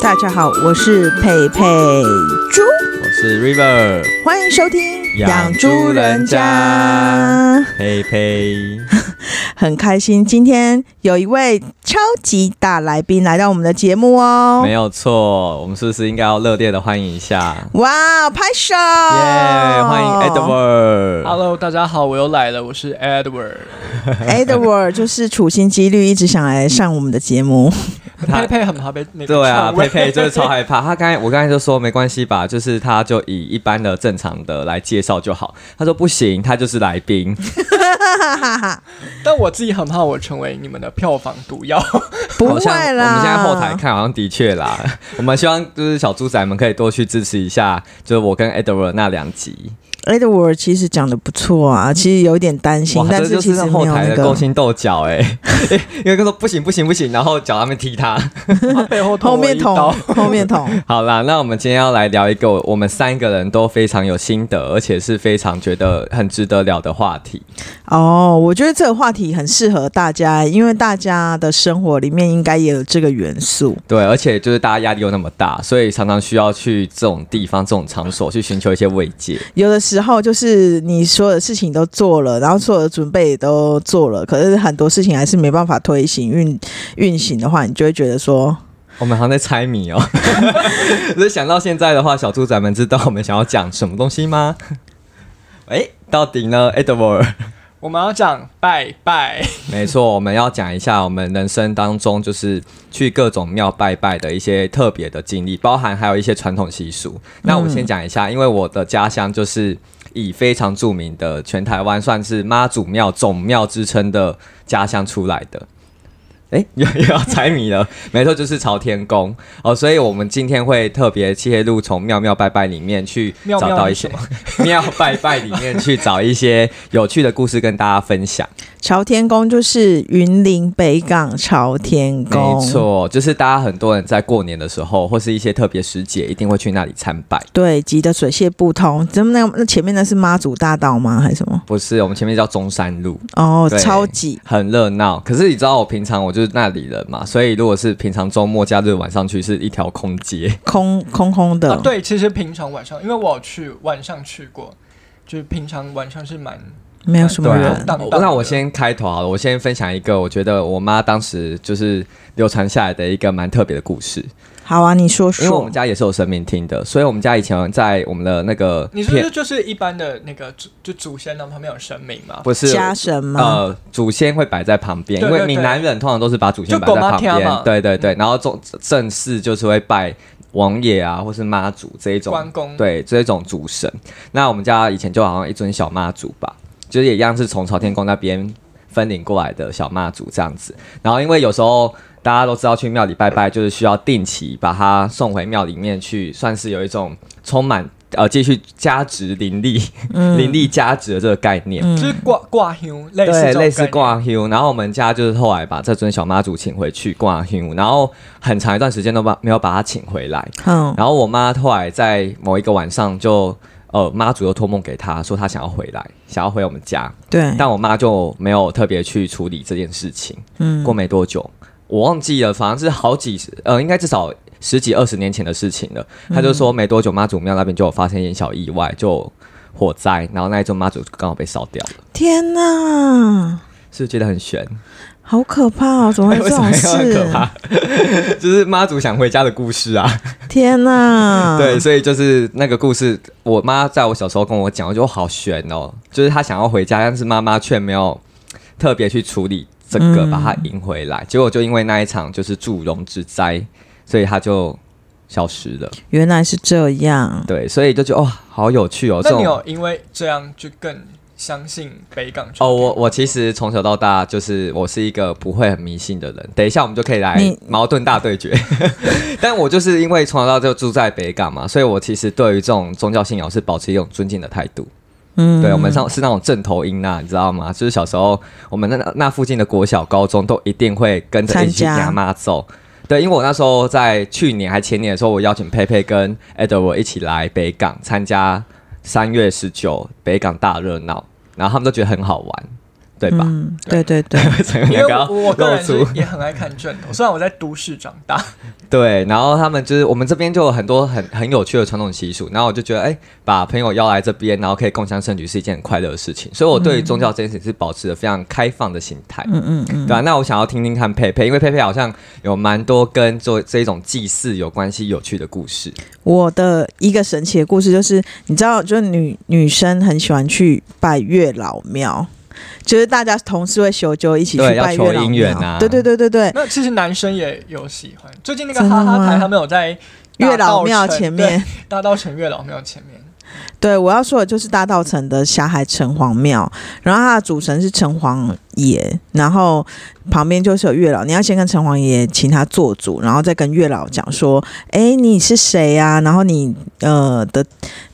大家好，我是佩佩猪，我是 River，欢迎收听养猪人家呸呸，很开心，今天有一位超级大来宾来到我们的节目哦没。有错，我们是不是应该要热烈的欢迎一下？哇，拍手！耶、耶、欢迎 Edward。 Hello，大家好，我又来了，我是 Edward。 Edward 就是处心积虑一直想来上我们的节目，他佩佩很怕被那个对啊，篡位佩佩 就是超害怕。他刚才我刚才就说没关系吧，就是他就以一般的正常的来介绍就好。他说不行，他就是来宾。但我自己很怕我成为你们的票房 毒药。不 好会像啦。我们现在后台看，好像的确啦。 我们希望就是小猪仔们可以多去支持一下，就是我跟 Edward 那两集。 Edward 其实讲的不错啊，其实有点担心哇，，但这就其是实没后有台那的勾个。心斗角哎、欸 因为他说不行不行不行，然后脚他们踢他。背后捅后我面一捅刀。，后面捅，好啦，那我们今天要来聊一个我们三个人都非常有心得，而且是非常觉得很值得聊的话题。哦，我觉得这个话题很适合大家，因为大家的生活里面应该也有这个元素。对，而且就是大家压力又那么大，所以常常需要去这种地方、这种场所去寻求一些慰藉。有的时候就是你所有的事情都做了，然后所有的准备也都做了，可是很多事情还是没办法推行运运行的话，你就会觉得说，我们好像在猜谜哦。所以想到现在的话，小猪仔们知道我们想要讲什么东西吗？哎、到底呢，Edward？我们要讲拜拜，没错，我们要讲一下我们人生当中就是去各种庙拜拜的一些特别的经历，包含还有一些传统习俗。那我们嗯先讲一下，因为我的家乡就是以非常著名的全台湾算是妈祖庙总庙之称的家乡出来的。哎， 又又要猜谜了，没错，就是朝天宫哦，所以我们今天会特别切入从庙庙拜拜里面去妙找妙到是一什些 庙拜拜里面去找一些有趣的故事跟大家分享。朝天宫就是云林北港朝天宫，没错，就是大家很多人在过年的时候，或是一些特别时节，一定会去那里参拜。对，急得水泄不通。怎么那那前面那是妈祖大道吗？还是什么？不是，我们前面叫中山路，哦，对超级很热闹。可是你知道，我平常我就是那里人嘛，所以如果是平常周末、假日晚上去，是一条空街。空空空的。嗯啊，对，其实平常晚上，因为我有去晚上去过，就是平常晚上是蛮没有什么对啊人。荡荡的那我先开头好了，我先分享一个我觉得我妈当时就是流传下来的一个蛮特别的故事。好啊，你说因为我说们。家也是有神明厅的，所以我们家以前在我们的那个你是不是就是一般的那个祖就祖先他们旁边有神明嘛？不是家神吗？呃，祖先会摆在旁边，对因对为闽南人通常都是把祖先摆在旁就狗妈天边嘛，对对对，然后正正式就是会拜王爷啊，或是妈祖这一种，关公，对这一种主神。那我们家以前就好像一尊小妈祖吧，就是也一样是从朝天宫那边分领过来的小妈祖这样子。然后因为有时候大家都知道去庙里拜拜，就是需要定期把它送回庙里面去，算是有一种充满呃继续加值灵力、灵力加值的这个概念。就是挂挂香，类似对，这种类似概念挂 Q，然后我们家就是后来把这尊小妈祖请回去挂 Q，然后很长一段时间都把没有把它请回来，嗯，然后我妈后来在某一个晚上就呃妈祖又托梦给她说她想要回来，想要回我们家，嗯对，但我妈就没有特别去处理这件事情。嗯过没多久，我忘记了，反正是好几十呃，应该至少十几二十年前的事情了。嗯他就说没多久妈祖庙那边就有发生一点小意外，就火灾，然后那一尊妈祖就刚好被烧掉了，天哪，是不是觉得很悬？好可怕 哦！怎么会有为这什么种要很可事？怕？ 就是妈祖想回家的故事啊。天哪， 对，，所以就是那个故事，我妈在我小时候跟我讲，我就好悬哦，就是她想要回家，但是妈妈却没有特别去处理这个，嗯把她赢回来。结果就因为那一场就是祝融之灾，所以她就消失了。原来是这样。对，所以就觉得哦，好有趣哦。这那种你有因为这样就更相信北港哦，我我其实从小到大就是我是一个不会很迷信的人。等一下我们就可以来你矛盾大对决。 但我就是因为从小到大就住在北港嘛，所以我其实对于这种宗教信仰是保持一种尊敬的态度。嗯，对我们上是那种正头音呐，你知道吗？就是小时候我们那那附近的国小、高中都一定会跟着一起去参加牙妈奏。对，因为我那时候在去年还前年的时候，我邀请佩佩跟 Edward 一起来北港参加三月十九北港大热闹，然后他们都觉得很好玩。对吧？ 嗯，对对对，整个因两为个要我我个露人是出也很爱看正统，虽然我在都市长大， 对，然后他们就是我们这边就有很多很很有趣的传统习俗，然后我就觉得，哎，把朋友邀来这边，然后可以共襄盛举是一件很快乐的事情，所以我对于宗教这件事情是保持着非常开放的心态。嗯嗯嗯，对啊，那我想要听听看佩佩，因为佩佩好像有蛮多跟做这一种祭祀有关系有趣的故事。我的一个神奇的故事就是，你知道，就是女女生很喜欢去拜月老庙，就是大家同事会修就一起去对要拜求月老姻缘庙。啊对对对对对，那其实男生也有喜欢。最近那个真的哈吗哈台他们有在大月老道庙城前对面，大道城月老庙前面， 对我要说的就是大道城的霞海城隍庙，然后它的主神是城隍爷，然后旁边就是有月老，你要先跟城隍爷请他做主，然后再跟月老讲说，哎，你是谁呀、然后你呃的，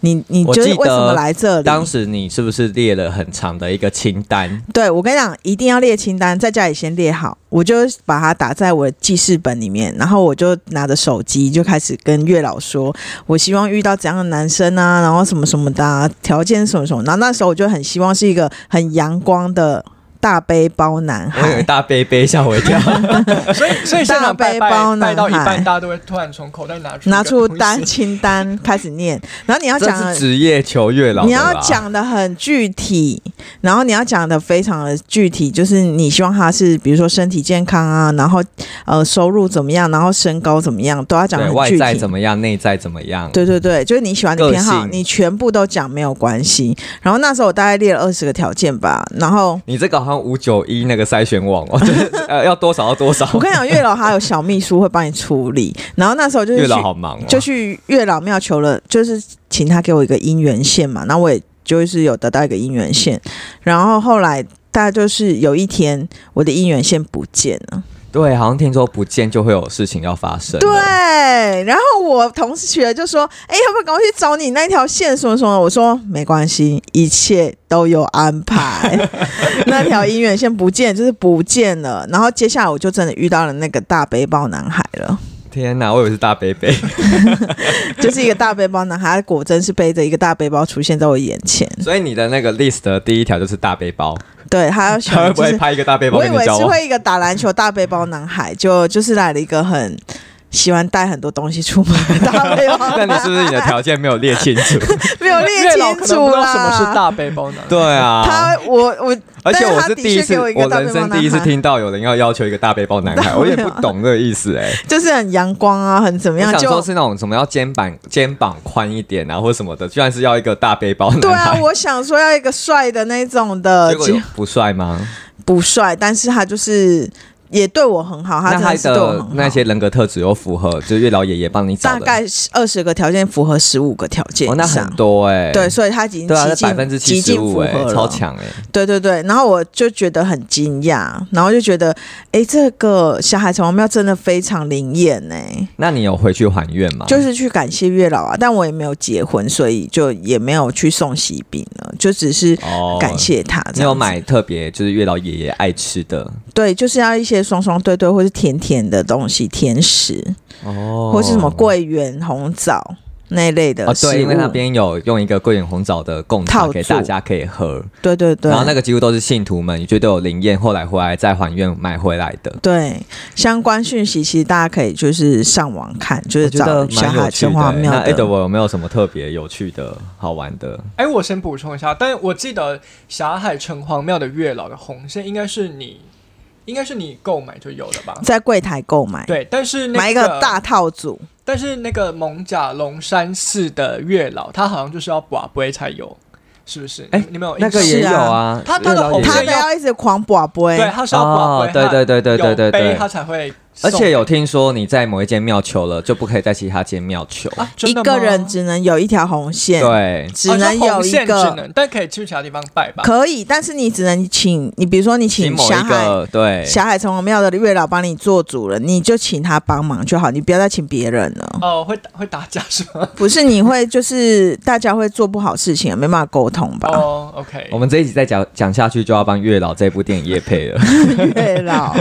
你你我就是记为什么得来这里？当时你是不是列了很长的一个清 单？对我跟你讲，一定要列清单，在家里先列好，我就把它打在我的记事本里面，然后我就拿着手机就开始跟月老说，我希望遇到怎样的男生啊，然后什么什么的、啊，条件什么什么，然后那时候我就很希望是一个很阳光的大背包男我以为孩。大杯杯吓我一跳。所以所以现场拜拜大背包男拜到一孩半，大家都会突然从口袋拿出拿出出单清单开始念，然后你要这讲的是职业求月老的啦，你要讲的很具体，然后你要讲的非常的具体，就是你希望他是比如说身体健康啊，然后呃收入怎么样，然后身高怎么样，都要讲的对很外具在体怎。么样，内在怎么样，对对对，就是你喜欢的个偏好，性你全部都讲没有关系。然后那时候我大概列了二十个条件吧，然后你这个好像五九一那个筛选网哦，就是 呃要多少要多少。我跟你讲，月老他有小秘书会帮你处理。然后那时候就是月老去好忙哦，就去月老庙求了，就是请他给我一个姻缘线嘛，那我也就是有得到一个姻缘线，然后后来大概就是有一天我的姻缘线不见了，对，好像听说不见就会有事情要发生。对，然后我同事学就说，哎、要不要赶快去找你那条线什么什么？我说没关系，一切都有安排，那条姻缘线不见就是不见了，然后接下来我就真的遇到了那个大背包男孩了。天哪，我以为是大 杯杯。就是一个大背包男孩，他果真是背着一个大背包出现在我眼前。所以你的那个 list 的第一条就是大背包，对他要他会想不就会是，拍一个大背包我以跟你为交是往？会一个打篮球大背包男孩，就就是来了一个很喜欢带很多东西出门 的大背包那男你是不是你的条件没有列清楚？ 没有列月老清可能楚不知道什么是啦？大背包男孩，对啊，他我我而且我但是他是的第一确次，给我一个我大背人包生男第一次孩听到有人要要求一个大背包男 孩，我也不懂这个意思哎、就是很阳光啊，很怎么我样想说就是那种什么要肩膀肩膀宽一点啊，或什么的，居然是要一个大背包对男啊，孩。我想说要一个帅的那种的 结，果有不帅吗？不帅，但是他就是也对我很好，他那真的他是对我的很那好。些人格特质又符合，就是月老爷爷帮你找大的，概二十个条件符合十五个条件哦，以那上很，多哎、对，所以他已经对啊，极是百分尽之极七尽十符五合哎，了，超强哎、对对对，然后我就觉得很惊讶，然后就觉得，哎，这个小海城隍庙真的非常灵验呢、那你有回去还愿吗？就是去感谢月老啊，但我也没有结婚，所以就也没有去送喜饼了，就只是哦感。谢他这样子。你有买特别就是月老爷爷爱吃的对，就是要一些双双对对或是甜甜的东西，甜食、哦或是什么桂圆红枣那一类的哦，食物。对，因为那边有用一个桂圆红枣的贡套茶住给大家可以喝，对对对，然后那个几乎都是信徒们，你觉得有灵验，后来回来再还愿买回来的。对相关讯息，其实大家可以就是上网看，就我是觉得找小蛮海有趣城的、欸隍庙那的。 Edward 有没有什么特别有趣的、好玩的？哎，我先补充一下，但我记得霞海城隍庙的月老的红线应该是你，应该是你购买就有了吧？在柜台购买，对，但是那买一个大，套组，但是那个蒙甲龙山寺的月老，他好像就是要寡杯才有，是不是？哎你们有印那个象也有啊，哦是啊他他的月老爷爷他红的要一直狂拔杯，对，他是要寡哦杯，对对对对对对有杯对他才会送而给，且有听说你在某一间庙求了，就不可以在其他间庙求。啊，真一的个吗人只能有一条红线，对，只能有一哦就红线只个。能但可以去其他地方拜吧。可以，但是你只能请你，比如说你请请某霞一海个对，霞海城隍庙的月老帮你做主了，你就请他帮忙就好，你不要再请别人了。哦，会打会打架是吗？不是你会就是大家会做不好事情，没办法沟通吧？ 哦，OK，我们这一集再讲讲下去，就要帮月老这部电影夜配了。 月老，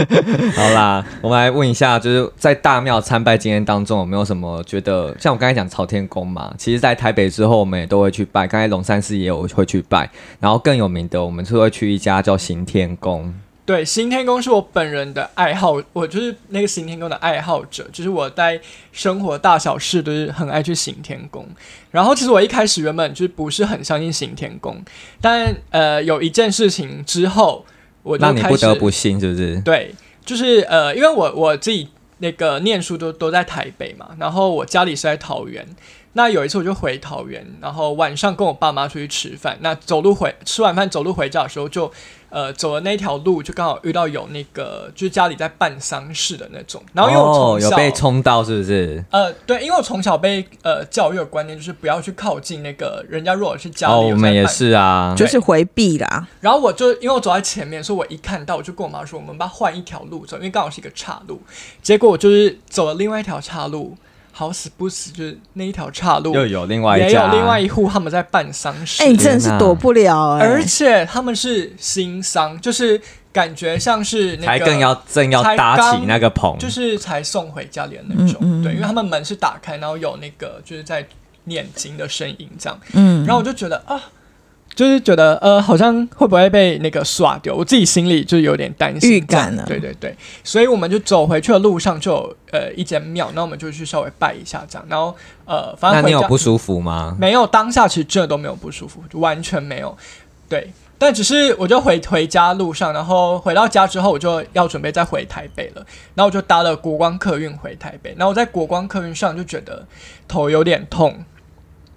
好啦，我们来问一一下，就是在大庙参拜经验当中，有没有什么觉得像我刚才讲朝天宫嘛？其实，在台北之后，我们也都会去拜。刚才龙山寺也有会去拜，然后更有名的，我们是会去一家叫行天宫。对，行天宫是我本人的爱好，我就是那个行天宫的爱好者，就是我在生活大小事都是很爱去行天宫。然后其实我一开始原本就是不是很相信行天宫，但呃有一件事情之后，我就让你开不始得不信，是不是？对，就是呃，因为我我自己那个念书都都在台北嘛，然后我家里是在桃园。那有一次我就回桃园，然后晚上跟我爸妈出去吃饭，那走路回吃完饭走路回家的时候就。呃，走的那条路就刚好遇到有那个，就是家里在办丧事的那种。然后因为哦我从有小、被冲到，是不是？呃，对，因为我从小被呃教育的观念就是不要去靠近那个人家，如果是家里哦，有我们在也办是啊。就是回避啦。然后我就因为我走在前面，所以我一看到我就跟我妈说，我们把换一条路走，因为刚好是一个岔路。结果我就是走了另外一条岔路，好死不死就是那一条岔路又有另外一也有家，另外一户他们在办丧事，哎、你真的是啊躲不了哎、而且他们是新丧，就是感觉像是那才个更要正要才搭起刚那个棚，就是才送回家里的那种，嗯嗯对，因为他们门是打开，然后有那个就是在念经的声音这样。嗯，然后我就觉得啊，就是觉得呃，好像会不会被那个耍丢，我自己心里就有点担心预感了这样对对对，所以我们就走回去的路上就有呃一间庙，那我们就去稍微拜一下这样，然后呃，反那正你有回家不舒服吗？没有当下其实真的都没有不舒服，完全没有，对。但只是我就回回家路上，然后回到家之后，我就要准备再回台北了。然后我就搭了国光客运回台北。然后我在国光客运上就觉得头有点痛，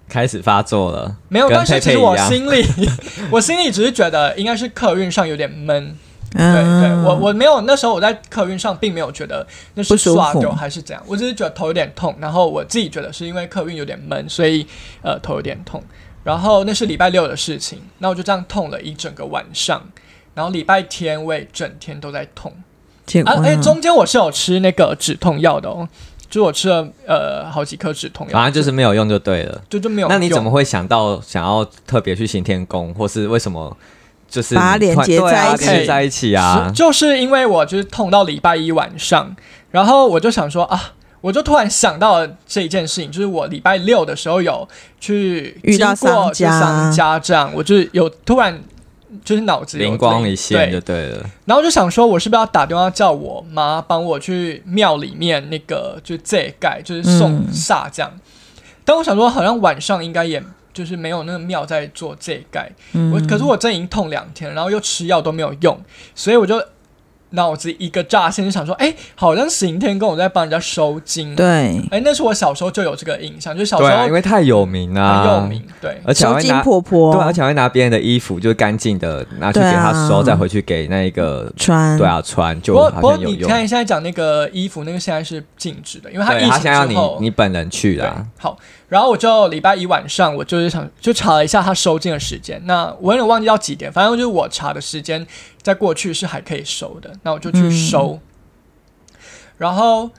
开始发作了，没有，跟但是佩其佩实一我样。心里， 我心里只是觉得应该是客运上有点闷。对嗯对，我我没有那时候我在客运上并没有觉得那是不舒服刷掉还是怎样，我只是觉得头有点痛，然后我自己觉得是因为客运有点闷，所以呃头有点痛。然后那是礼拜六的事情，那我就这样痛了一整个晚上，然后礼拜天我也整天都在痛。结果啊，哎、呢中间我是有吃那个止痛药的哦，就是我吃了呃好几颗止痛药，反正就是没有用就对了。就就没有用。啊那你怎么会想到想要特别去行天宫，或是为什么就是把它你突连然接对在啊一起连接在一起啊是？就是因为我就是痛到礼拜一晚上，然后我就想说啊，我就突然想到了这一件事情，就是我礼拜六的时候有去遇到经过商家就商家这样，我就是有突然就是脑子有灵光一现就对，对了。然后就想说我是不是要打电话叫我妈帮我去庙里面那个就这盖就是送嗯煞这样，但我想说好像晚上应该也。就是没有那个庙在做这盖，嗯我嗯可是我真已经痛两天了，然后又吃药都没有用，所以我就脑子一个乍现就想说，哎、好像刑天跟我在帮人家收金，，对哎、那是我小时候就有这个印象，就小时对候啊，因为啊太有名啦，很有名，对，而且还收会金拿婆婆对啊，而且还会拿别人的衣服，就是干净的拿去对给啊嗯他收，再回去给那一个穿对啊穿，不就过好不过像有你用看。现在讲那个衣服，那个现在是禁止的，因为他疫对他情现在要之你后，你本人去啦，对，好，然后我就礼拜一晚上，我就是想就查了一下他收件的时间，那我有点忘记到几点，反正就是我查的时间，在过去是还可以收的，那我就去收，然后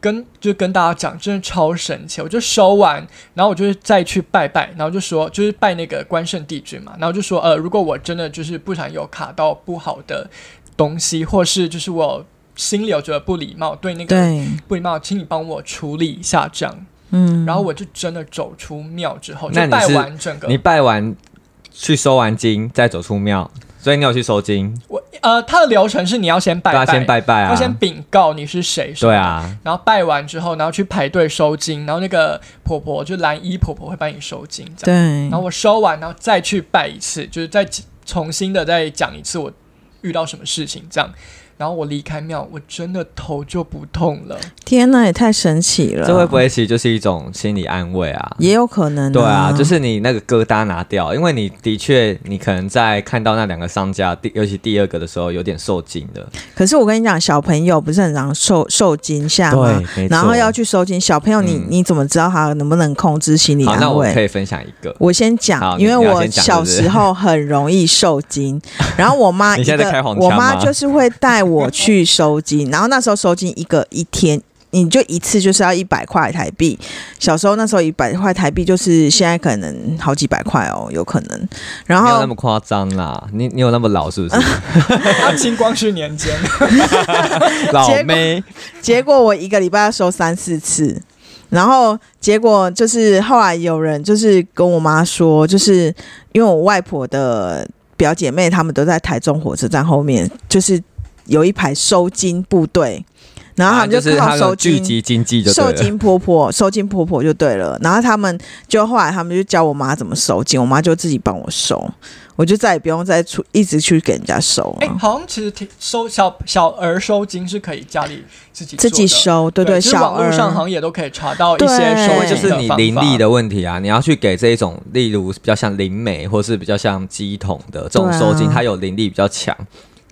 跟就跟大家讲，真的超神奇，我就收完，然后我就是再去拜拜，然后就说就是拜那个关圣帝君嘛，然后就说呃，如果我真的就是不小心有卡到不好的东西，或是就是我心里有觉得不礼貌，对那个对，不礼貌，请你帮我处理一下这样。嗯，然后我就真的走出庙之后，那就你拜是完整个你拜完去收完金，再走出庙，所以你有去收金，我呃，他的流程是你要先拜对啊，拜，先拜拜要啊，先禀告你是谁，对，啊，然后拜完之后，然后去排队收金，然后那个婆婆就蓝衣婆婆会帮你收金，这样，对然，后我收完，然后再去拜一次，就是再重新的再讲一次我遇到什么事情这样。然后我离开庙，我真的头就不痛 了。天哪，也太神奇了，这会不会其实就是一种心理安慰啊？也有可能、对啊，就是你那个疙瘩拿掉，因为你的确，你可能在看到那两个商家，第尤其第二个的时候，有点受惊了。可是我跟你讲，小朋友不是很常受受惊吓吗？没啊然后要去收惊，小朋友你、嗯你怎么知道他能不能控制心理好，那安我慰可？以分享一个。我先好讲，你因为你要我先讲小是不是时候很容易受惊， 然后我妈 你一现在在开个黄腔我妈吗 就是会带我去收惊，然后那时候收惊一个一天你就一次就是要一百块台币。小时候那时候一百块台币就是现在可能好几百块哦，有可能。然没有那后么夸张啦，你你有那么老是不 是？他清光绪年间，老妹，结果我一个礼拜要收三四次，然后结果就是后来有人就是跟我妈说，就是因为我外婆的表姐妹她们都在台中火车站后面，就是有一排收金部队，然后他啊们就是靠他收的聚金。集经济就受对了。金婆婆，收金婆婆就对了。然后他们就后来他们就教我妈怎么收金，我妈就自己帮我收，我就再也不用再出一直去给人家收了，哎、好像其实挺收小小儿收金是可以家里自己自己做的。收，对对，其实小网儿络上好像也都可以查到一些对收因为金就是你方法灵力的问题啊，你要去给这一种，例如比较像灵媒或是比较像鸡桶的这种对啊收金，它有灵力比较强。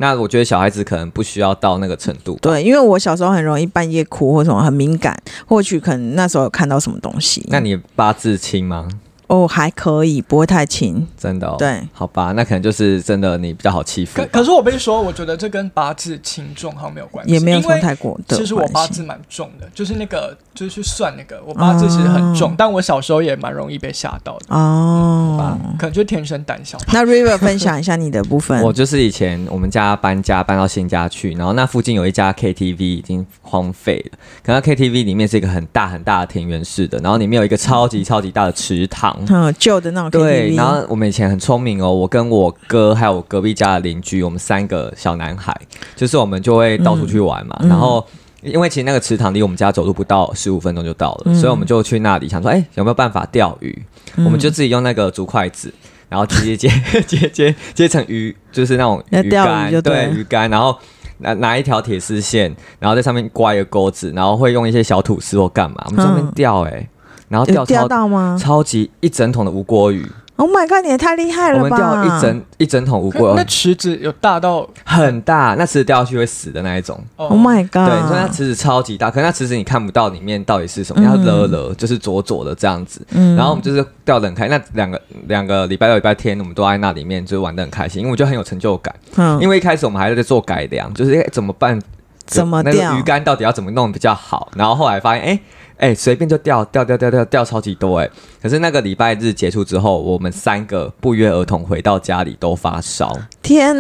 那我觉得小孩子可能不需要到那个程度。对，因为我小时候很容易半夜哭或什么，很敏感，或许可能那时候有看到什么东西。那你八字轻吗？哦还可以，不会太轻。真的、哦？对，好吧，那可能就是真的你比较好欺负可。可是我被说，我觉得这跟八字轻重好像没有关系，也没有因从为泰国的其实我八关系字蛮重的，就是那个就是去算那个，我八字其实很重，哦但我小时候也蛮容易被吓到的，哦。可能就天生胆小。那 River 分享一下你的部嗯分。我就是以前我们家搬家搬到新家去，然后那附近有一家 KTV 已经荒废了，可那 KTV 里面是一个很大很大的田园式的，然后里面有一个超级超级大的池塘。嗯旧的那种 KTV，对，然后我们以前很聪明哦，我跟我哥还有我隔壁家的邻居，我们三个小男孩，就是我们就会到处去玩嘛，嗯然后。因为其实那个池塘离我们家走路不到十五分钟就到嗯了，所以我们就去那里想说，哎、有没有办法钓鱼？嗯我们就自己用那个竹筷子，然后接 接接接接成鱼，就是那种要鱼钓鱼竿，就对对鱼竿，然后拿拿一条铁丝线，然后在上面挂一个钩子，然后会用一些小吐司或干嘛，我们在那边嗯钓哎、然后有钓钓超到吗超级一整桶的无锅鱼， ？Oh my god，你也太厉害我了们吧！钓一整一整桶无可锅那，池子有大到很大，那池子掉下去会死的那一种。哦 Oh my 对，你说那 god，池子超级大，可是那池子你看不到里面到底是什么，它勒勒就是左左的这样子。嗯然后我们就是钓得很开，那两个两个礼拜六、礼拜天，我们都在那里面就是玩得很开心，因为我觉得很有成就感。嗯因为一开始我们还在做改良，就是哎怎么办？怎么那个钓鱼竿到底要怎么弄比较好？然后后来发现，哎哎，随便就钓钓钓钓钓钓超级多哎。可是那个礼拜日结束之后，我们三个不约而同回到家里都发烧，天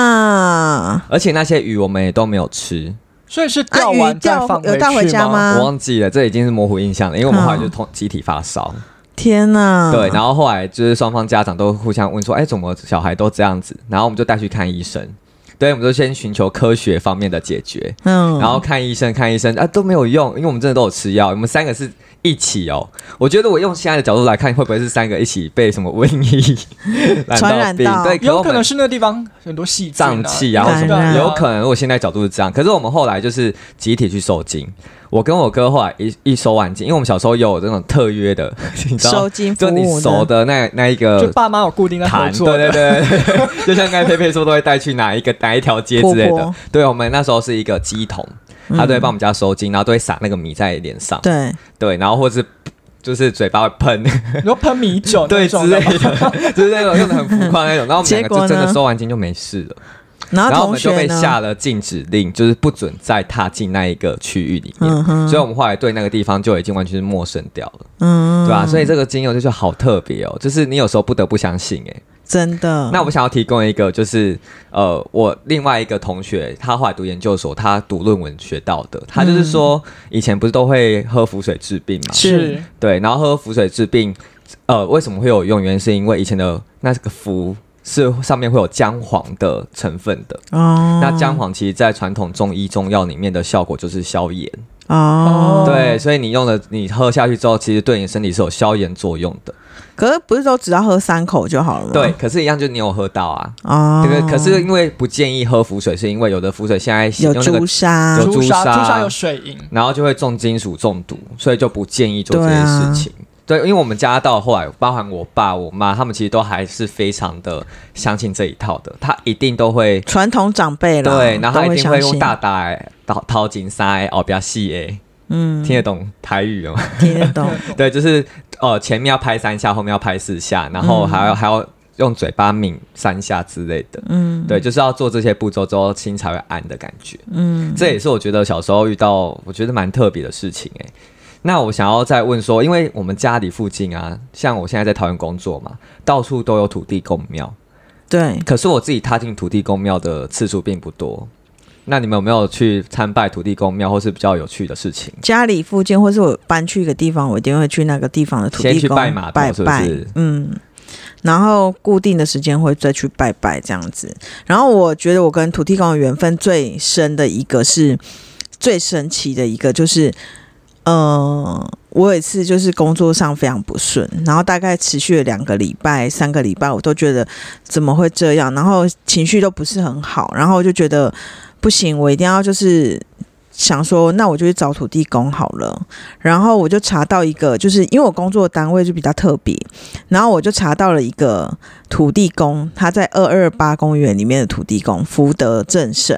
哪！而且那些鱼我们也都没有吃。所以是啊，钓鱼完再钓放有带回去家吗？哦我忘记了，这已经是模糊印象了，因为我们后来就嗯同集体发烧，天哪！对，然后后来就是双方家长都互相问说，哎，怎么小孩都这样子？然后我们就带去看医生，对，我们就先寻求科学方面的解决，嗯，然后看医生，看医生啊都没有用，因为我们真的都有吃药，我们三个是一起哦。我觉得我用现在的角度来看，会不会是三个一起被什么瘟疫 传染染病？到对，有我可们能是那个地方很多细菌、啊、胀气啊，或什感么，染有可能。我现在角度是这样，可是我们后来就是集体去收金。我跟我哥后来一一收完金，因为我们小时候有这种特约的， 你知道，收金服就务的你熟的那那一就个爸妈有固定在合坛，作对的，对对，对 就像刚才佩佩说，都会带去哪一个哪一条街之类婆的婆。对，我们那时候是一个鸡桶，他都会帮我们家收金，然后都会撒那个米在脸上，对，对，然后或是就是嘴巴会喷，你说喷米酒那对之种类的吗，的，就是那种用的很浮夸那种。然后我们两结个果就真的呢收完金就没事了。然后然后啊同我们就学被呢？下了禁止令，就是不准再踏进那一个区域里面，嗯哼所以我们后来对那个地方就已经完全是陌生掉了，嗯，对吧、所以这个精油就是好特别哦，就是你有时候不得不相信哎、真的。那我想要提供一个，就是呃，我另外一个同学，他后来读研究所，他读论文学到的，他就是说以前不是都会喝浮水治病嘛，嗯是对，然后喝浮水治病，呃，为什么会有用？原因是因为以前的那个浮是上面会有姜黄的成分的。哦，那姜黄其实，在传统中医中药里面的效果就是消炎，哦，对，所以你用了，你喝下去之后，其实对你身体是有消炎作用的。可是不是都只要喝三口就好了吗？对，，可是一样就你有喝到啊。嗯哦，这个可是因为不建议喝浮水，是因为有的浮水现在有用那朱个，砂有，朱朱砂，砂朱砂有水银，然后就会重金属中毒，所以就不建议做这件事情。啊对，因为我们家到后来，包含我爸、我妈，他们其实都还是非常的相信这一套的，他一定都会传统长辈了，对，然后他都一定会相用信大大哎、掏掏金沙哎、哦比较细哎，嗯听得懂台语哦了吗？听得懂， 对，就是呃前面要拍三下，后面要拍四下，然后还要、还要用嘴巴抿三下之类的。嗯对，就是要做这些步骤之后，心才会安的感觉。嗯这也是我觉得小时候遇到，我觉得蛮特别的事情哎、那我想要再问说，因为我们家里附近啊，像我现在在桃园工作嘛，到处都有土地公庙，对，可是我自己踏进土地公庙的次数并不多。那你们有没有去参拜土地公庙，或是比较有趣的事情？家里附近或是我搬去一个地方，我一定会去那个地方的土先地去公拜码头拜是不拜是嗯。然后固定的时间会再去拜拜这样子。然后我觉得我跟土地公的缘分最深的一个是最神奇的一个，就是呃，我有一次就是工作上非常不顺，然后大概持续了两个礼拜、三个礼拜，我都觉得怎么会这样，然后情绪都不是很好，然后我就觉得不行，我一定要就是。想说，那我就去找土地公好了。然后我就查到一个，就是因为我工作的单位就比较特别，然后我就查到了一个土地公，他在二二八公园里面的土地公福德正神，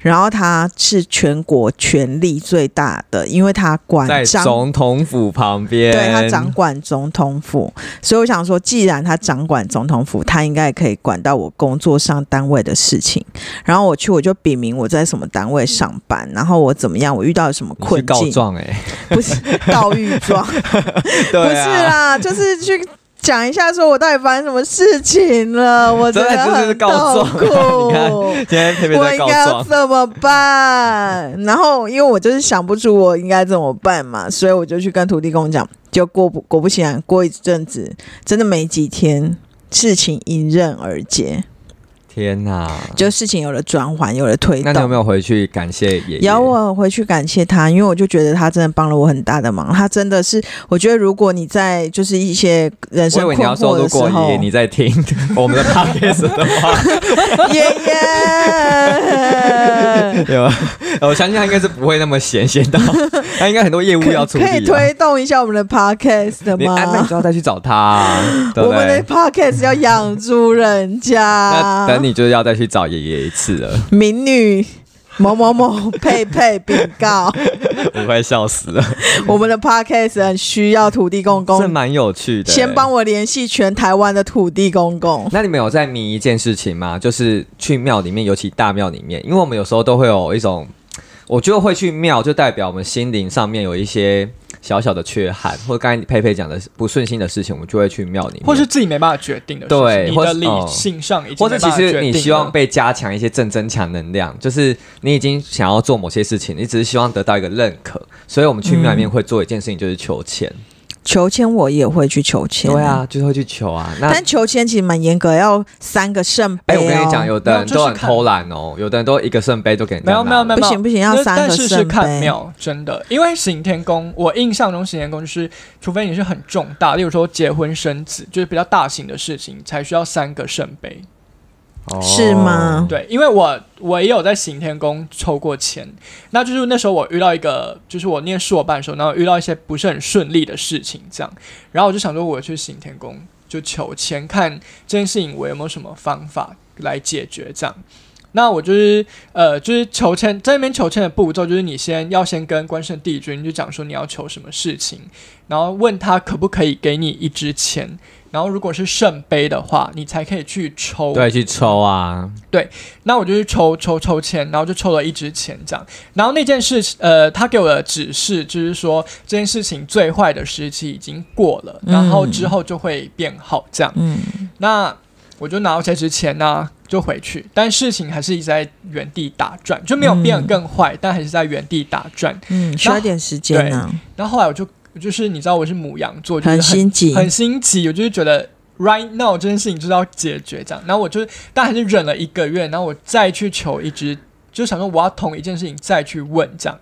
然后他是全国权力最大的，因为他管在张总统府旁边，对他掌管总统府，所以我想说，既然他掌管总统府，他应该也可以管到我工作上单位的事情。然后我去，我就禀明我在什么单位上班，然后我怎么样，我遇到了什么你去困告境，状哎、不是道狱状， 对不啊，是啦，就是去。讲一下，说我到底发生什么事情了？我真的的就是很告痛状啊苦。 你看今天偏偏我在应告该要状，怎么办？然后因为我就是想不出我应该怎么办嘛，所以我就去跟土地公讲，就果不果不其然，过一阵子真的没几天，事情迎刃而解，天哪、就事情有了转缓，有了推那你有没动。有回去感谢爷爷？然后我回去感谢他，因为我就觉得他真的帮了我很大的忙。他真的是，我觉得如果你在就是一些人我生以为困你要惑说，如的时果候爷爷， 你在听哦我们的 podcast 的话，爷 爷有，我相信他应该是不会那么闲闲到， 他应该很多业务要处理、啊。可以推动一下我们的 podcast 你吗？哎，那你就要再去找他、啊，对我不们的对？ podcast 要养猪人那家等，你就是要再去找爷爷一次了，民女某某某佩佩禀 告，我快笑死了，我们的 podcast 很需要土地公这公，蛮有趣的、欸先帮。我联系全台湾的土地公公。 那你们有在迷一件事情吗？就是去庙里面，尤其大庙里面，因为我们有时候都会有一种，我觉得会去庙就代表我们心灵上面有一些小小的缺憾，或者刚才佩佩讲的不顺心的事情，我们就会去庙里面，或是自己没办法决定的事情，对你或的是理哦性上已经或者没其办法实决你定希望了被加强一些正增强能量，就是你已经想要做某些事情，你只是希望得到一个认可，所以我们去庙里面会做一件事情，就是求签。求签我也会去求签，对，啊，就是会去求啊。那但求签其实蛮严格，要三个圣杯哎、哦。我跟你讲，有的人没有就是都很看偷懒哦，有的人都一个圣杯就给人家没有拿没有没有，不行不行要那三个但是是圣杯看庙，真的，因为行天宫，我印象中行天宫就是，除非你是很重大，例如说结婚生子，就是比较大型的事情，才需要三个圣杯。哦是吗对，因为我我也有在行天宫抽过签，那就是那时候我遇到一个，就是我念硕班的时候，然后遇到一些不是很顺利的事情，这样，然后我就想说我去行天宫就求签，看这件事情我有没有什么方法来解决这样。那我就是呃，就是求签，在那边求签的步骤就是你先要先跟关圣帝君就讲说你要求什么事情，然后问他可不可以给你一支签，然后如果是圣杯的话，你才可以去抽。对，去抽啊，那我就去抽抽抽签，然后就抽了一支签这样。然后那件事，呃，他给我的指示就是说，这件事情最坏的时期已经过了，嗯然后之后就会变好这样。嗯，那我就拿到这支签呢、就回去，但事情还是一直在原地打转，就没有变得更坏，但还是在原地打转。嗯，需要一点时间呢、然后后来我就就是你知道我是母羊座，就是很心急。很心急，我就是觉得 right now 这件事情就是要解决这样。然后我就但还是忍了一个月，然后我再去求一只，就想说我要同一件事情再去问这样。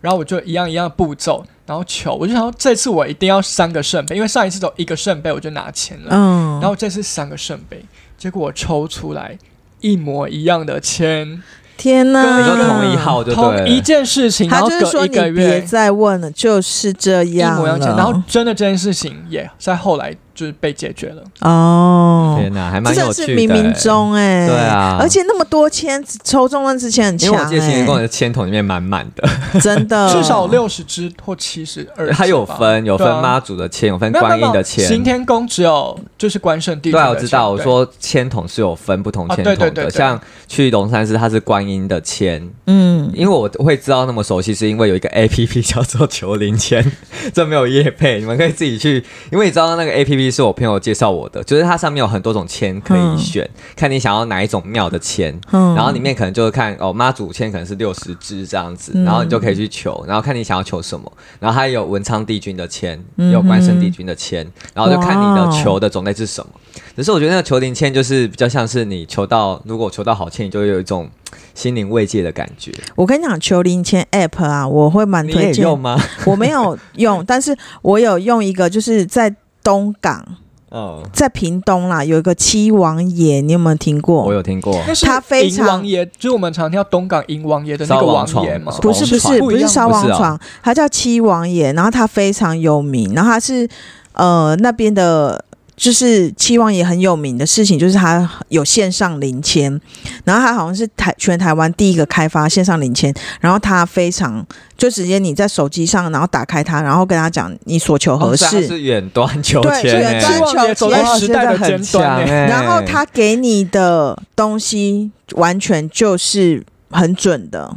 然后我就一样一样步骤，然后求，我就想说这次我一定要三个圣杯，因为上一次都一个圣杯我就拿钱了，嗯，然后这次三个圣杯，结果我抽出来一模一样的签，天哪，你说同一号就对了嗯同一件事情，然他后就是隔说一你个别月再问了，就是这一样模一样了。签，然后真的这件事情也在后来就是被解决了。哦，天哪，还这蛮真有的趣是的、冥冥欸中哎、对啊而且那么多签抽中那支签很因强、为我记得新 年工欸，的签筒里面满满的，真 的至少六十只或七十哎二，它有分有分对啊妈祖的签，有分没有观没音有没有的签。行天宫只有就是关圣帝君对啊，的钱。我知道。我对说签筒是有分不同啊签对对筒对的，对像去龙山寺它是观音的签，嗯，因为我会知道那么熟悉，是因为有一个 A P P 叫做求灵签， 这没有业配，你们可以自己去。因为你知道那个 A P P 是我朋友介绍我的，就是它上面有很多种签可以选，看你想要哪一种庙的签，嗯然后里面可能就是看哦妈祖签可能是六十支这样子，嗯然后你就可以去求，然后看你想要求什么，然后它有文昌帝君的签，嗯也有关圣帝君的签，然后就看你哇哦的求的种类是什么。只是我觉得那个求灵签就是比较像是你求到，如果求到好签，你就会有一种心灵慰藉的感觉。我跟你讲，求零签 App 啊，我会蛮你推也荐。用 吗？我没有用，但是我有用一个，就是在东港，嗯，在屏东啦，有一个七王爷，你有没有听过？我有听 过。那是他非常银王爷，就是我们常听到东港银王爷的那烧个王王床爷嘛。不是不王是床不不一是样烧不王是哦床，它叫七王爷，然后它非常有名，然后它是呃那边的。就是七王爷很有名的事情，就是它有线上零签，然后它好像是台全台湾第一个开发线上零签，然后它非常就直接你在手机上，然后打开它，然后跟他讲你所求何哦所以它事，是远端求对签是欸，远端希望也走在时代的尖强端、欸。欸然后他给你的东西完全就是很准的。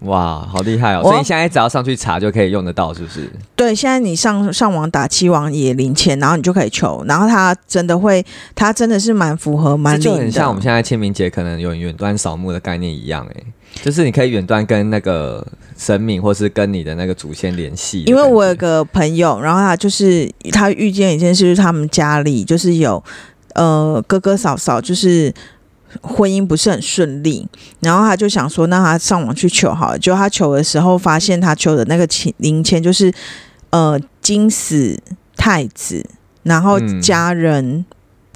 哇，好厉害哦！我所以你现在只要上去查就可以用得到，是不是？对，现在你上上网打七王爷零钱，然后你就可以求，然后他真的会，他真的是蛮符合蛮这就灵的。很像我们现在清明节可能有远端扫墓的概念一样，哎，就是你可以远端跟那个神明或是跟你的那个祖先联系的因感觉。为我有个朋友，然后他就是他遇见一件事，就是他们家里就是有呃哥哥嫂嫂，就是婚姻不是很顺利，然后他就想说，那他上网去求好了。就他求的时候，发现他求的那个钱零钱就是呃金死太子，然后嗯家人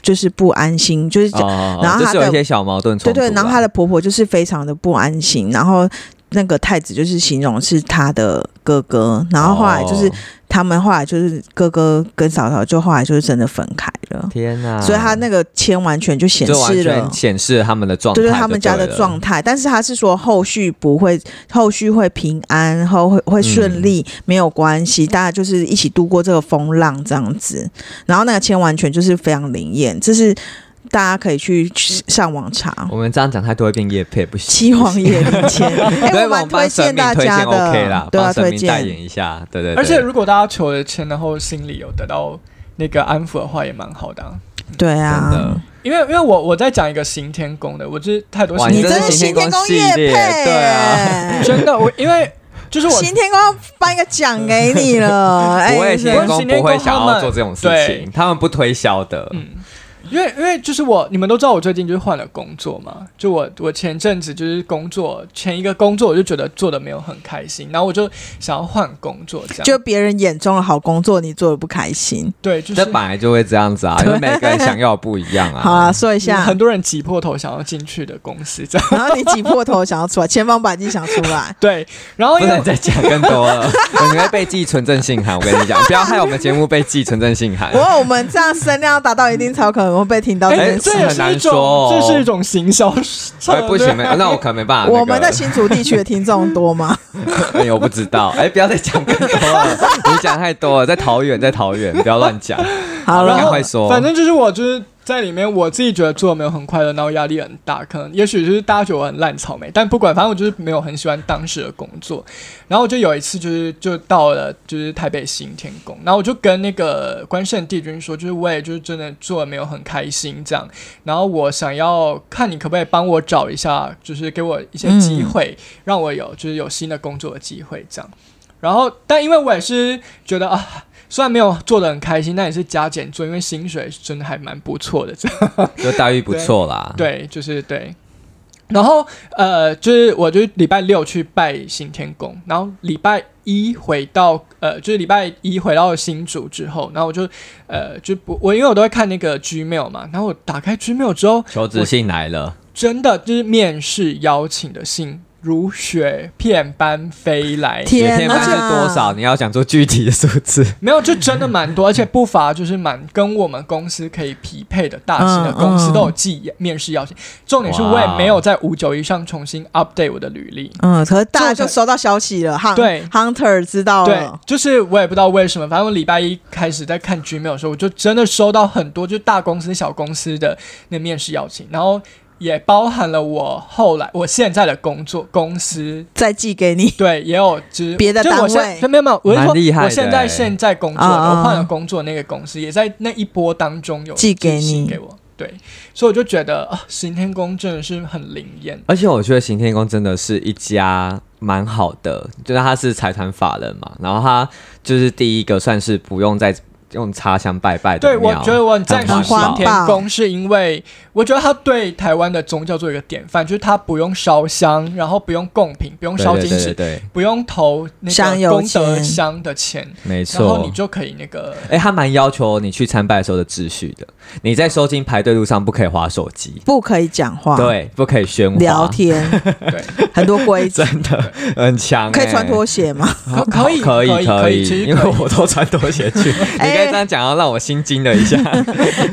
就是不安心，就是哦，哦哦然后就他是有的一些小矛盾对冲突啊哦嗯啦，对，然后她的婆婆就是非常的不安心，然后那个太子就是形容是她的哥哥，然后后来就是、哦他们后来就是哥哥跟嫂嫂就后来就是真的分开了，天哪，所以他那个签完全就显啊就完示全了。显示了他们的状态，对对，他们家的状态，但是他是说后续不会，后续会平安，后会会顺利，嗯没有关系，大家就是一起度过这个风浪这样子。然后那个签完全就是非常灵验，这是大家可以去去上网查。我们这样讲太多会变夜配，不行。七王爷零 钱，哎、对，我蛮帮推神荐明大推荐家的 OK 啦，对啊，帮神推明代荐。言一下，对对对。而且如果大家求了签，然后心里有得到那个安抚的话，也蛮好的啊、对真啊的，因为因为我我在讲一个刑天宫的，我就是太多哇刑你你真真的的是是新天行天宫宫夜系配列对啊真的我因为就是我新天宫颁一个奖给你 了，哎，不会是行天宫不会想他要们做这种事对情，他们不推销的。因为因为就是我，你们都知道我最近就是换了工作嘛，就我我前阵子就是工作前一个工作我就觉得做的没有很开心，然后我就想要换工作这样，就别人眼中的好工作，你做的不开心。对，就是这本来就会这样子啊，因为每个人想要不一样好 啊。啦，说一 下，很多人挤破头想要进去的公司这样，，然后你挤破头想要出来，千方百计想出来 对，然后不因为能再讲更多了， 你会被寄存证信函。我跟你讲，不要害我们节目被寄存证信函哎不。过我们这样声量达到一定才有可能会被听到这哎，件事这。也很是难一种，说哦这是一种行销哎，策不略行，没，那我可能没办法。我们那在个啊新竹地区的听众多 吗？哎我不知道。哎，不要再讲更 多了，你讲太多了，在桃园，在桃园，不要乱讲。好了然后，赶快然说反正就是我就是在里面，我自己觉得做的没有很快乐，然后压力很大，可能也许就是大家觉得我很烂草莓，但不管，反正我就是没有很喜欢当时的工作。然后我就有一次就是就到了就是台北行天宫，然后我就跟那个关圣帝君说，就是我也就是真的做的没有很开心这样，然后我想要看你可不可以帮我找一下，就是给我一些机会，让我有就是有新的工作的机会这样。然后，但因为我也是觉得啊，虽然没有做的很开心，但也是加减做，因为薪水真的还蛮不错的。这样就待遇不错啦。对，就是对。然后呃，就是我就是礼拜六去拜行天宫，然后礼拜一回到呃，就是礼拜一回到新竹之后，然后我就呃就不我因为我都会看那个 Gmail 嘛，然后我打开 Gmail 之后，求职信来了，真的就是面试邀请的信如雪片般飞来。雪天片班是多少？？你要讲出具体的数字。没有，就真的蛮多，而且不乏就是蛮跟我们公司可以匹配的大型的公嗯司嗯都有寄面试邀请。重点是哇我也没有在五九一上重新 update 我的履历。嗯，可是大家这就个收到消息了，Hunt- 对，Hunter 知道对了，，就是我也不知道为什么，反正我礼拜一开始在看 Gmail 的时候，我就真的收到很多就大公司、小公司的那面试邀请，然后也包含了我后来我现在的工作公司，再寄给你。 对，也有就是别的就我单位现没有没有，我是蛮厉害说的我现在欸现在工作，啊我换了工作那个公司也在那一波当中有寄给信你给我，对，所以我就觉得啊，行天宫真的是很灵验。 而且我觉得行天宫真的是一家蛮好的，就是他是财团法人嘛，然后他就是第一个算是不用再用插香拜拜的对，我庙觉得我很赞很赏环行天保宫，是因为我觉得他对台湾的宗教做一个典范，就是他不用烧香，然后不用贡品，不用烧金对对对纸，对，不用投那香个油功德钱香的钱，对没然后错你。就可以那个。哎、他蛮要求你去参拜的时候的秩序的，你在收金排队路上不可以划手机，不可以讲话，，对，不可以喧哗，聊天 对，很多规则，真的 很强、欸可以穿拖鞋，鞋 吗？可可以可可以以可可以其实因为可以我都穿拖鞋 去。你刚才这样讲，要让我心惊了一下。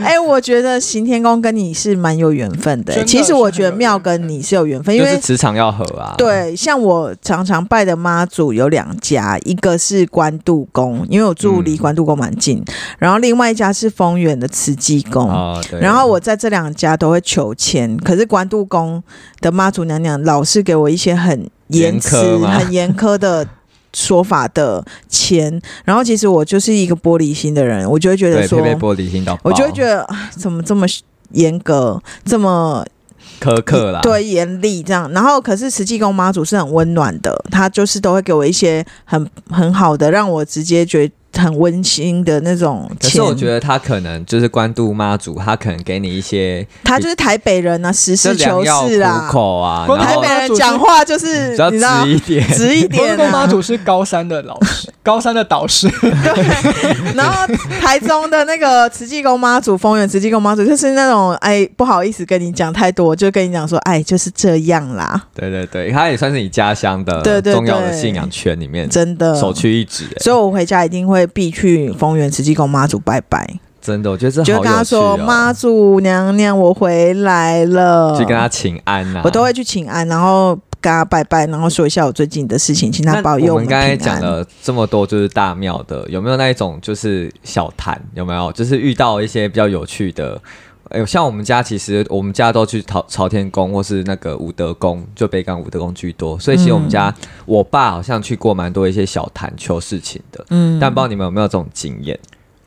哎、我觉得行天宫跟你是蛮有缘分的、欸真的其实我觉是得很有庙跟你是有缘分，因就为、是磁场要合啊。，对，像我常常拜的妈祖有两家，一个是关渡宫，因为我住离嗯关渡宫蛮近，然后另外一家是丰原的慈济宫。哦，对。嗯然后我在这两家都会求签，可是关渡宫的妈祖娘娘老是给我一些很严严辞苛、吗很严苛的说法的签，然后其实我就是一个玻璃心的人，我就会觉得对说佩，佩玻璃心到，我就会觉得啊怎么这么严格，这么苛刻啦。，对严厉这样。然后可是慈济公妈祖是很温暖的，她就是都会给我一些很很好的，让我直接觉得很温馨的那种可钱。是我觉得他可能就是关渡妈祖，他可能给你一些她就是台北人啊，实就事良求药是苦啦。口啊，关渡然台后北妈人祖是讲话就是比较你知道直一点。直一 我点、跟妈啊。祖是高三的老师，高三的导师，对，然后台中的那个慈济公妈祖，丰原慈济公妈祖，就是那种哎，不好意思跟你讲太多，就跟你讲说，哎，就是这样啦，对对对，他也算是你家乡的对对对重要的信仰圈里面真的。首屈一指。哎所以我回家一定会必去丰原慈济公妈祖拜拜。真的，我觉得这就好跟他有趣说：“妈哦。祖娘娘，我回来了。”去跟他请安啊呐，我都会去请安，然后跟他拜拜，然后说一下我最近的事情，请他那保佑我们刚才平讲安。了这么多，就是大庙的，有没有那一种就是小谈？有没有就是遇到一些比较有趣的？哎、像我们家其实我们家都去朝朝天宫或是那个武德宫，就北港武德宫居多，所以其实我嗯们家、我爸好像去过蛮多一些小坛求事情的，嗯但不知道你们有没有这种经 验？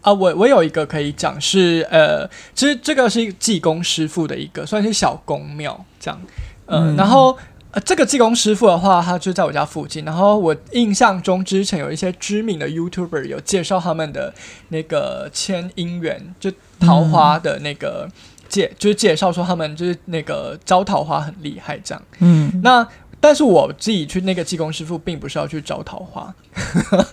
啊，我我有一个可以讲是，呃，其实这个是济公师傅的一个算是小公庙这样，呃，嗯然后呃，这个济公师傅的话，他就在我家附近，然后我印象中之前有一些知名的 YouTuber 有介绍他们的那个签姻缘，就桃花的那个。介就是介绍说他们就是那个招桃花很厉害这样，嗯那但是我自己去那个济公师傅并不是要去招桃花，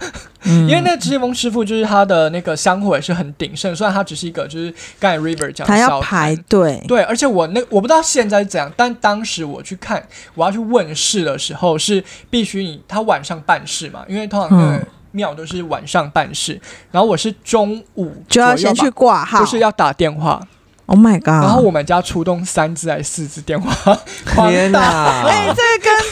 嗯因为那个志峰师傅就是他的那个香火也是很鼎盛，虽然他只是一个就是盖 River 这样他的要小排摊。队，对，而且我那我不知道现在是怎样，但当时我去看，我要去问事的时候是必须你他晚上办事嘛，因为通常那嗯个庙都是晚上办事，然后我是中午就要左右先吧去挂号。不是要打电话， ，Oh my god！然后我们家出动三只还是四只电话， 狂天打哪！哎，这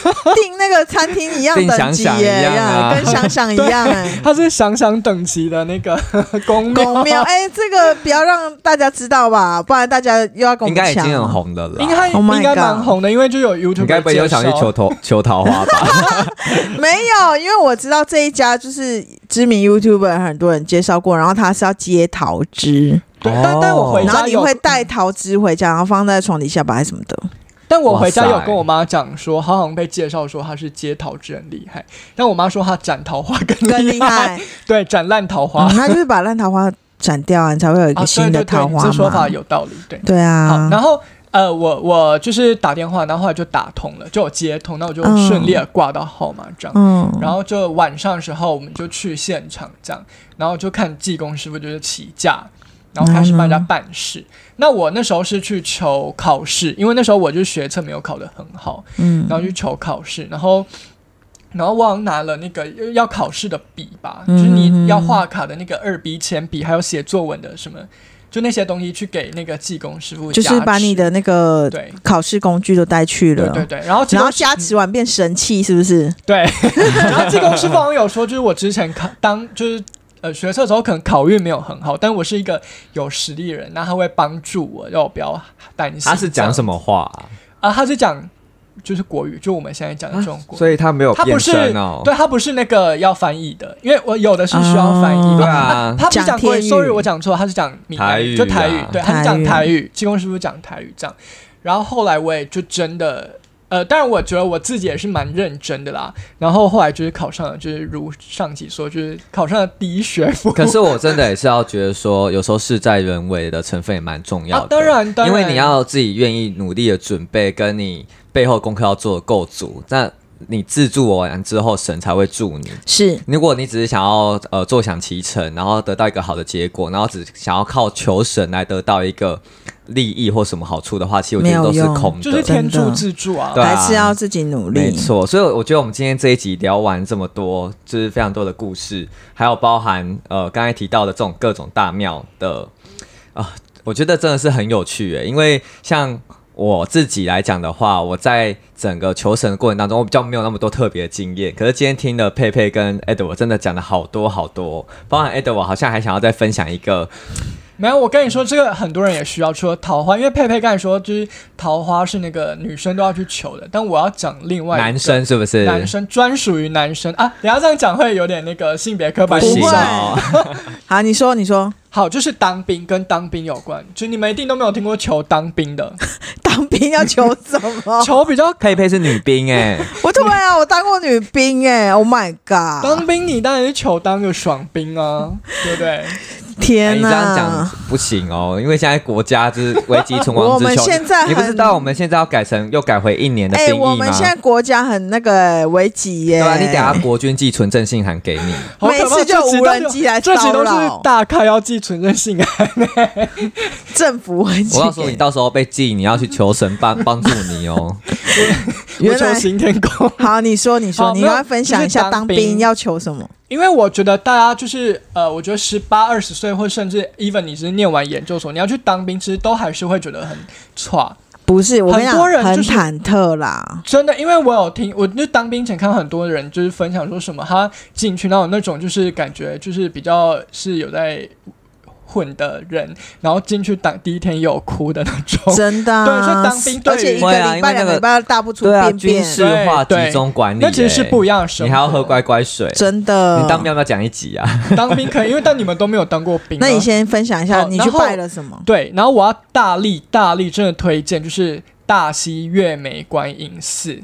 个跟订那个餐厅一样订等想级想耶，一样啊跟想想一样 哎。他是想想等级的那个 公庙，公庙哎，这个不要让大家知道吧，不然大家又要跟我应们该已经 抢。很红的了啦，应该 Oh my 应该 God 蛮红的，因为就有 YouTube 你该不会又想去求桃 求桃花吧？没有，因为我知道这一家就是知名 YouTuber，很多人介绍过，然后他是要接桃枝，对，哦但但我回然后家你有会，带桃枝回家，然后放在床底下吧，还是什么的。但我回家哇塞有跟我妈讲说，她好像被介绍说她是接桃枝很厉害，但我妈说她斩桃花 更更厉厉害，害， 对，斩烂桃 花嗯，他就是把烂桃花斩掉啊，你才会有一啊，个对新的对桃对，你花这说嘛法。有道理，对，对好啊，，然后。呃，我我就是打电话，然后后来就打通了，就有接通，那我就嗯顺利的挂到号码这样。嗯，然后就晚上的时候，我们就去现场这样，然后就看技工师傅就是起驾，然后开始然后呢帮人家办事。嗯那我那时候是去求考试，因为那时候我就是学测没有考得很好，嗯然后去求考试，然后。然后我好像拿了那个要考试的笔吧，嗯就是你要画卡的那个二 B 铅笔，还有写作文的什么，就那些东西去给那个技工师傅就加持，是把你的那个对考试工具都带去对了，对对，然后技然工后师加持完变神器，是不是？对， 然后技工师傅好像有说，就是我之前考当就是呃学测的时候，可能考运没有很好，但我是一个有实力的人，那他会帮助我，让我不要担心。他是讲什么么话 啊、啊？他是讲就是国语，就我们现在讲的这种国语。所以他没有他不变是身哦。，对他不是那个要翻译的，因为我有的是需要翻译哦的。对啊他不是讲国语讲，sorry，天语我讲错，他是讲闽台南语就台语啊，对，他是台讲语台语，技工师傅讲台语这样。然后后来我也就真的，呃，当然我觉得我自己也是蛮认真的啦。然后后来就是考上了，就是如上集说，就是考上了第一学 府。可是我真的也是要觉得说，有时候事在人为的成分也蛮重要的。啊，当然，当因然，为你要自己愿意努力的准备，跟你背后功课要做的够足，那你自助完之后，神才会助你。是，如果你只是想要呃坐享其成，然后得到一个好的结果，然后只想要靠求神来得到一个利益或什么好处的话，其实我觉得都没是有用空就是的。天真助的自助啊。对啊还是要自己努没力。错，所以我觉得我们今天这一集聊完这么多，就是非常多的故事，还有包含呃刚才提到的这种各种大庙的啊、我觉得真的是很有趣诶，因为像。我自己来讲的话，我在整个求神的过程当中，我比较没有那么多特别的经验。可是今天听了佩佩跟 Edward 真的讲了好多好多哦，包含 Edward 好像还想要再分享一个没有，我跟你说，这个很多人也需要，除了桃花，因为佩佩刚才说，就是桃花是那个女生都要去求的，但我要讲另外一个男生，是不是？男生专属于男生啊，等一下这样讲会有点那个性别刻不板印行不会象。哦， 好，你说，你说， 好，就是当兵跟当兵有关，就你们一定都没有听过求当兵的，当兵要求什么？ 求比较佩佩是女兵诶，我突然啊，我当过女兵哎、o h my 当 god！兵，你当然是求当个爽 兵啊，对不对？哎天你这样讲哪，不行哦，因为现在国家就是危机存我 亡们之秋。现在很哎你不知道我们现在要改成又改回一年的兵役吗？我们现在国家很那个、欸、危急耶、对啊，你等下国军寄存证信函给 你。好每可怕次就这集无都人机来这集都骚是扰大咖要寄存真信啊，政府危机我。告诉你，到时候被寄，你要去求神帮帮助你哦。我原求来刑天 宫。好，你说，你说，好你没有要分享一就下是当当兵兵要求什么？因为我觉得大家就是呃，我觉得十八、二十岁，或甚至 even 你是念完研究所，你要去当兵，其实都还是会觉得很差。不是，我跟你很多人讲，很就是忐忑啦。真的，因为我有听，我就当兵前看到很多人就是分享说什么，他进去然后有那种就是感觉就是比较是有在混的人，然后进去当第一天也有哭的那 种。真的啊、对所以当兵对而且一个会啊礼拜、因为那两个个礼拜大 不出对啊，便军便，事化集中管理、那其实是不一样。样的生活，你还要喝乖乖水。真的。你当兵要不要讲一集 啊？当兵可以，因为但你们都没有当过兵啊、那你先分享一下，好你然去后拜了什么？对，然后我要大力大力真的推荐，就是大溪月眉观音寺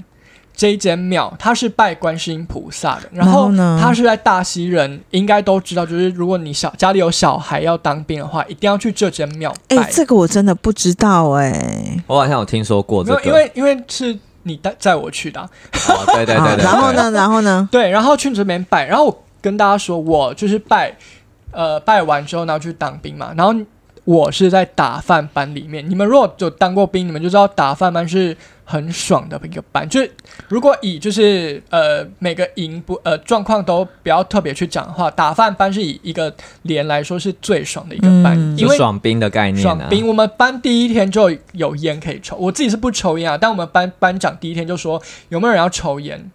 这一间庙，它是拜观世音菩萨的。然然后后呢它是在大溪人应该都知道，就是如果你小家里有小孩要当兵的话，一定要去这间庙哎、拜。这个我真的不知道哎、我好像有听说过没这有，个。因为因为是你带载我去的啊、哦 对对对对好对。然后呢，然后呢？对，然后去这边拜，然后我跟大家说，我就是拜，呃，拜完之后然后去当兵嘛，然后我是在打饭班里面。你们如果有当过兵，你们就知道打饭班是很爽的一个班，就是如果以就是呃每个营不呃状况都不要特别去讲的话，打饭班是以一个连来说是最爽的一个班，嗯因就为爽兵的概念啊。爽兵，我们班第一天就有烟可以抽，我自己是不抽烟啊，但我们班班长第一天就说有没有人要抽烟，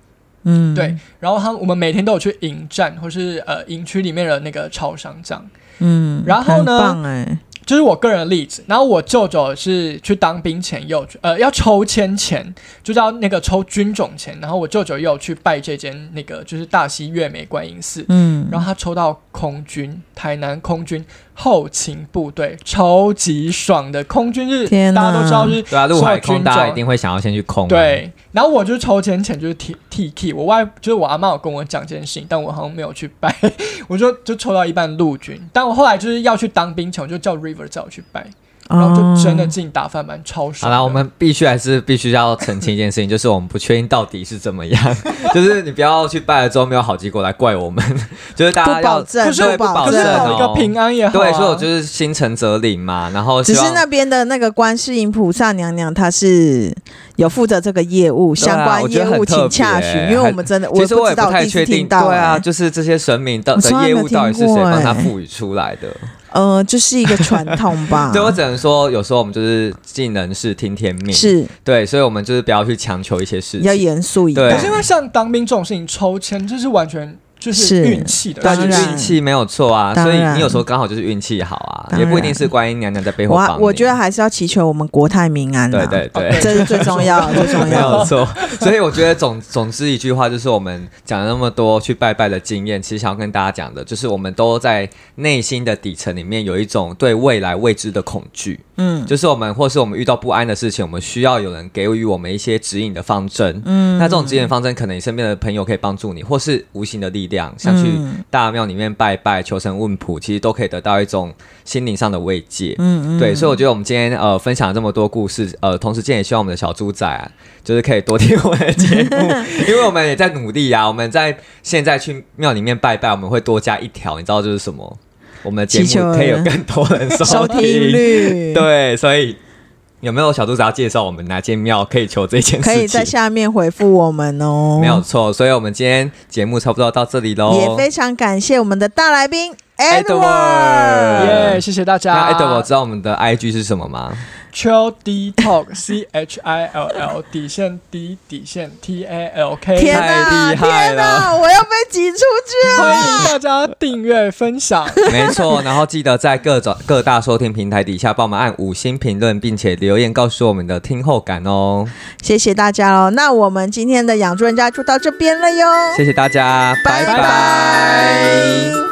嗯，对，，然后他我们每天都有去营站或是呃营区里面的那个超商这样，嗯，然后呢很棒哎、这是我个人的例子。然后我舅舅是去当兵前也有去，呃要抽签前，就是要那个抽军种前，然后我舅舅也有去拜这间那个就是大溪月眉观音寺，嗯，然后他抽到空军，台南空军后勤部队，超级爽的。空军是天大家都知道哪是对啊，陆所有海空军大家种一定会想要先去空、啊。，对，然后我就是抽签前就是 T T K，我外就是我阿妈有跟我讲这件事情，但我好像没有去拜， 啊我就就抽到一半陆军，但我后来就是要去当兵前，我就叫 River 叫我去拜，然后就真的哦进打饭班，超好爽的。啦，我们必须还是必须要澄清一件事情， 就是我们不确定到底是怎么样， 就是你不要去拜了之后没有好结果来怪我们， 就是大家不保要证对不不保保可证是证保一个哦平安也好、啊。对，所以我就是心诚则灵嘛，然后只希是望那边的那个观世音菩萨娘娘，她是有负责这个业务，对啊相关业务请洽询我觉得很特，别因为我们真的，我其也实不我知也不道，太第一次确定，听到、对啊，哎就是这些神明的我从的来业没有务到底是听谁过帮他哎赋予出来的？呃，就是一个传统吧 对，我只能说，有时候我们就是尽人事听天命，是对，所以我们就是不要去强求一些事要情。严肃一对可点是。因为像当兵这种事情，抽签这是完全就是是运气的对啊，当就事然是情。运气没有错啊，当所以然你有时候刚好就是运气好啊，当也不一定然是观音娘娘在背后我啊帮你。我觉得还是要祈求我们国泰民安、啊，对哎对对，这是最重要最重 没有要的。错， 所以我觉得总总之一句话就是我们讲了那么多去拜拜的经验，其实想要跟大家讲的就是，我们都在内心的底层里面有一种对未来未知的恐惧，嗯就是我们或是我们遇到不安的事情，我们需要有人给予我们一些指引的方针。嗯，那这种指引的方针，可能你身边的朋友可以帮助你，或是无形的力量，像去嗯大庙里面拜拜、求神问卜，其实都可以得到一种心灵上的慰藉。嗯嗯，对，所以我觉得我们今天呃分享了这么多故事，呃，同时间也希望我们的小猪仔、啊、就是可以多听我们的节目，因为我们也在努力啊。我们在现在去庙里面拜拜，我们会多加一条，你知道这是什么？我们的节祈求目可以有更多人收收听 率对，所以有没有小猪仔要介绍我们哪间庙可以求这件事情？可以在下面回复我们哦。没有错，所以我们今天节目差不多到这里喽。也非常感谢我们的大来宾 Edward Edward。耶谢谢大那家。艾德，我知道我们的 IG 是什 么吗？ Chill D Talk C H I L L 底线 D 底线 T A L K。天太哪，厉害天哪，我要被挤出去欢了！迎大家订阅分享。没错，然后记得在各种各大收听平台底下帮我们按五星评论，并且留言告诉我们的听后感哦。谢谢大家喽，那我们今天的养猪人家就到这边了哟，谢谢大家，拜拜拜拜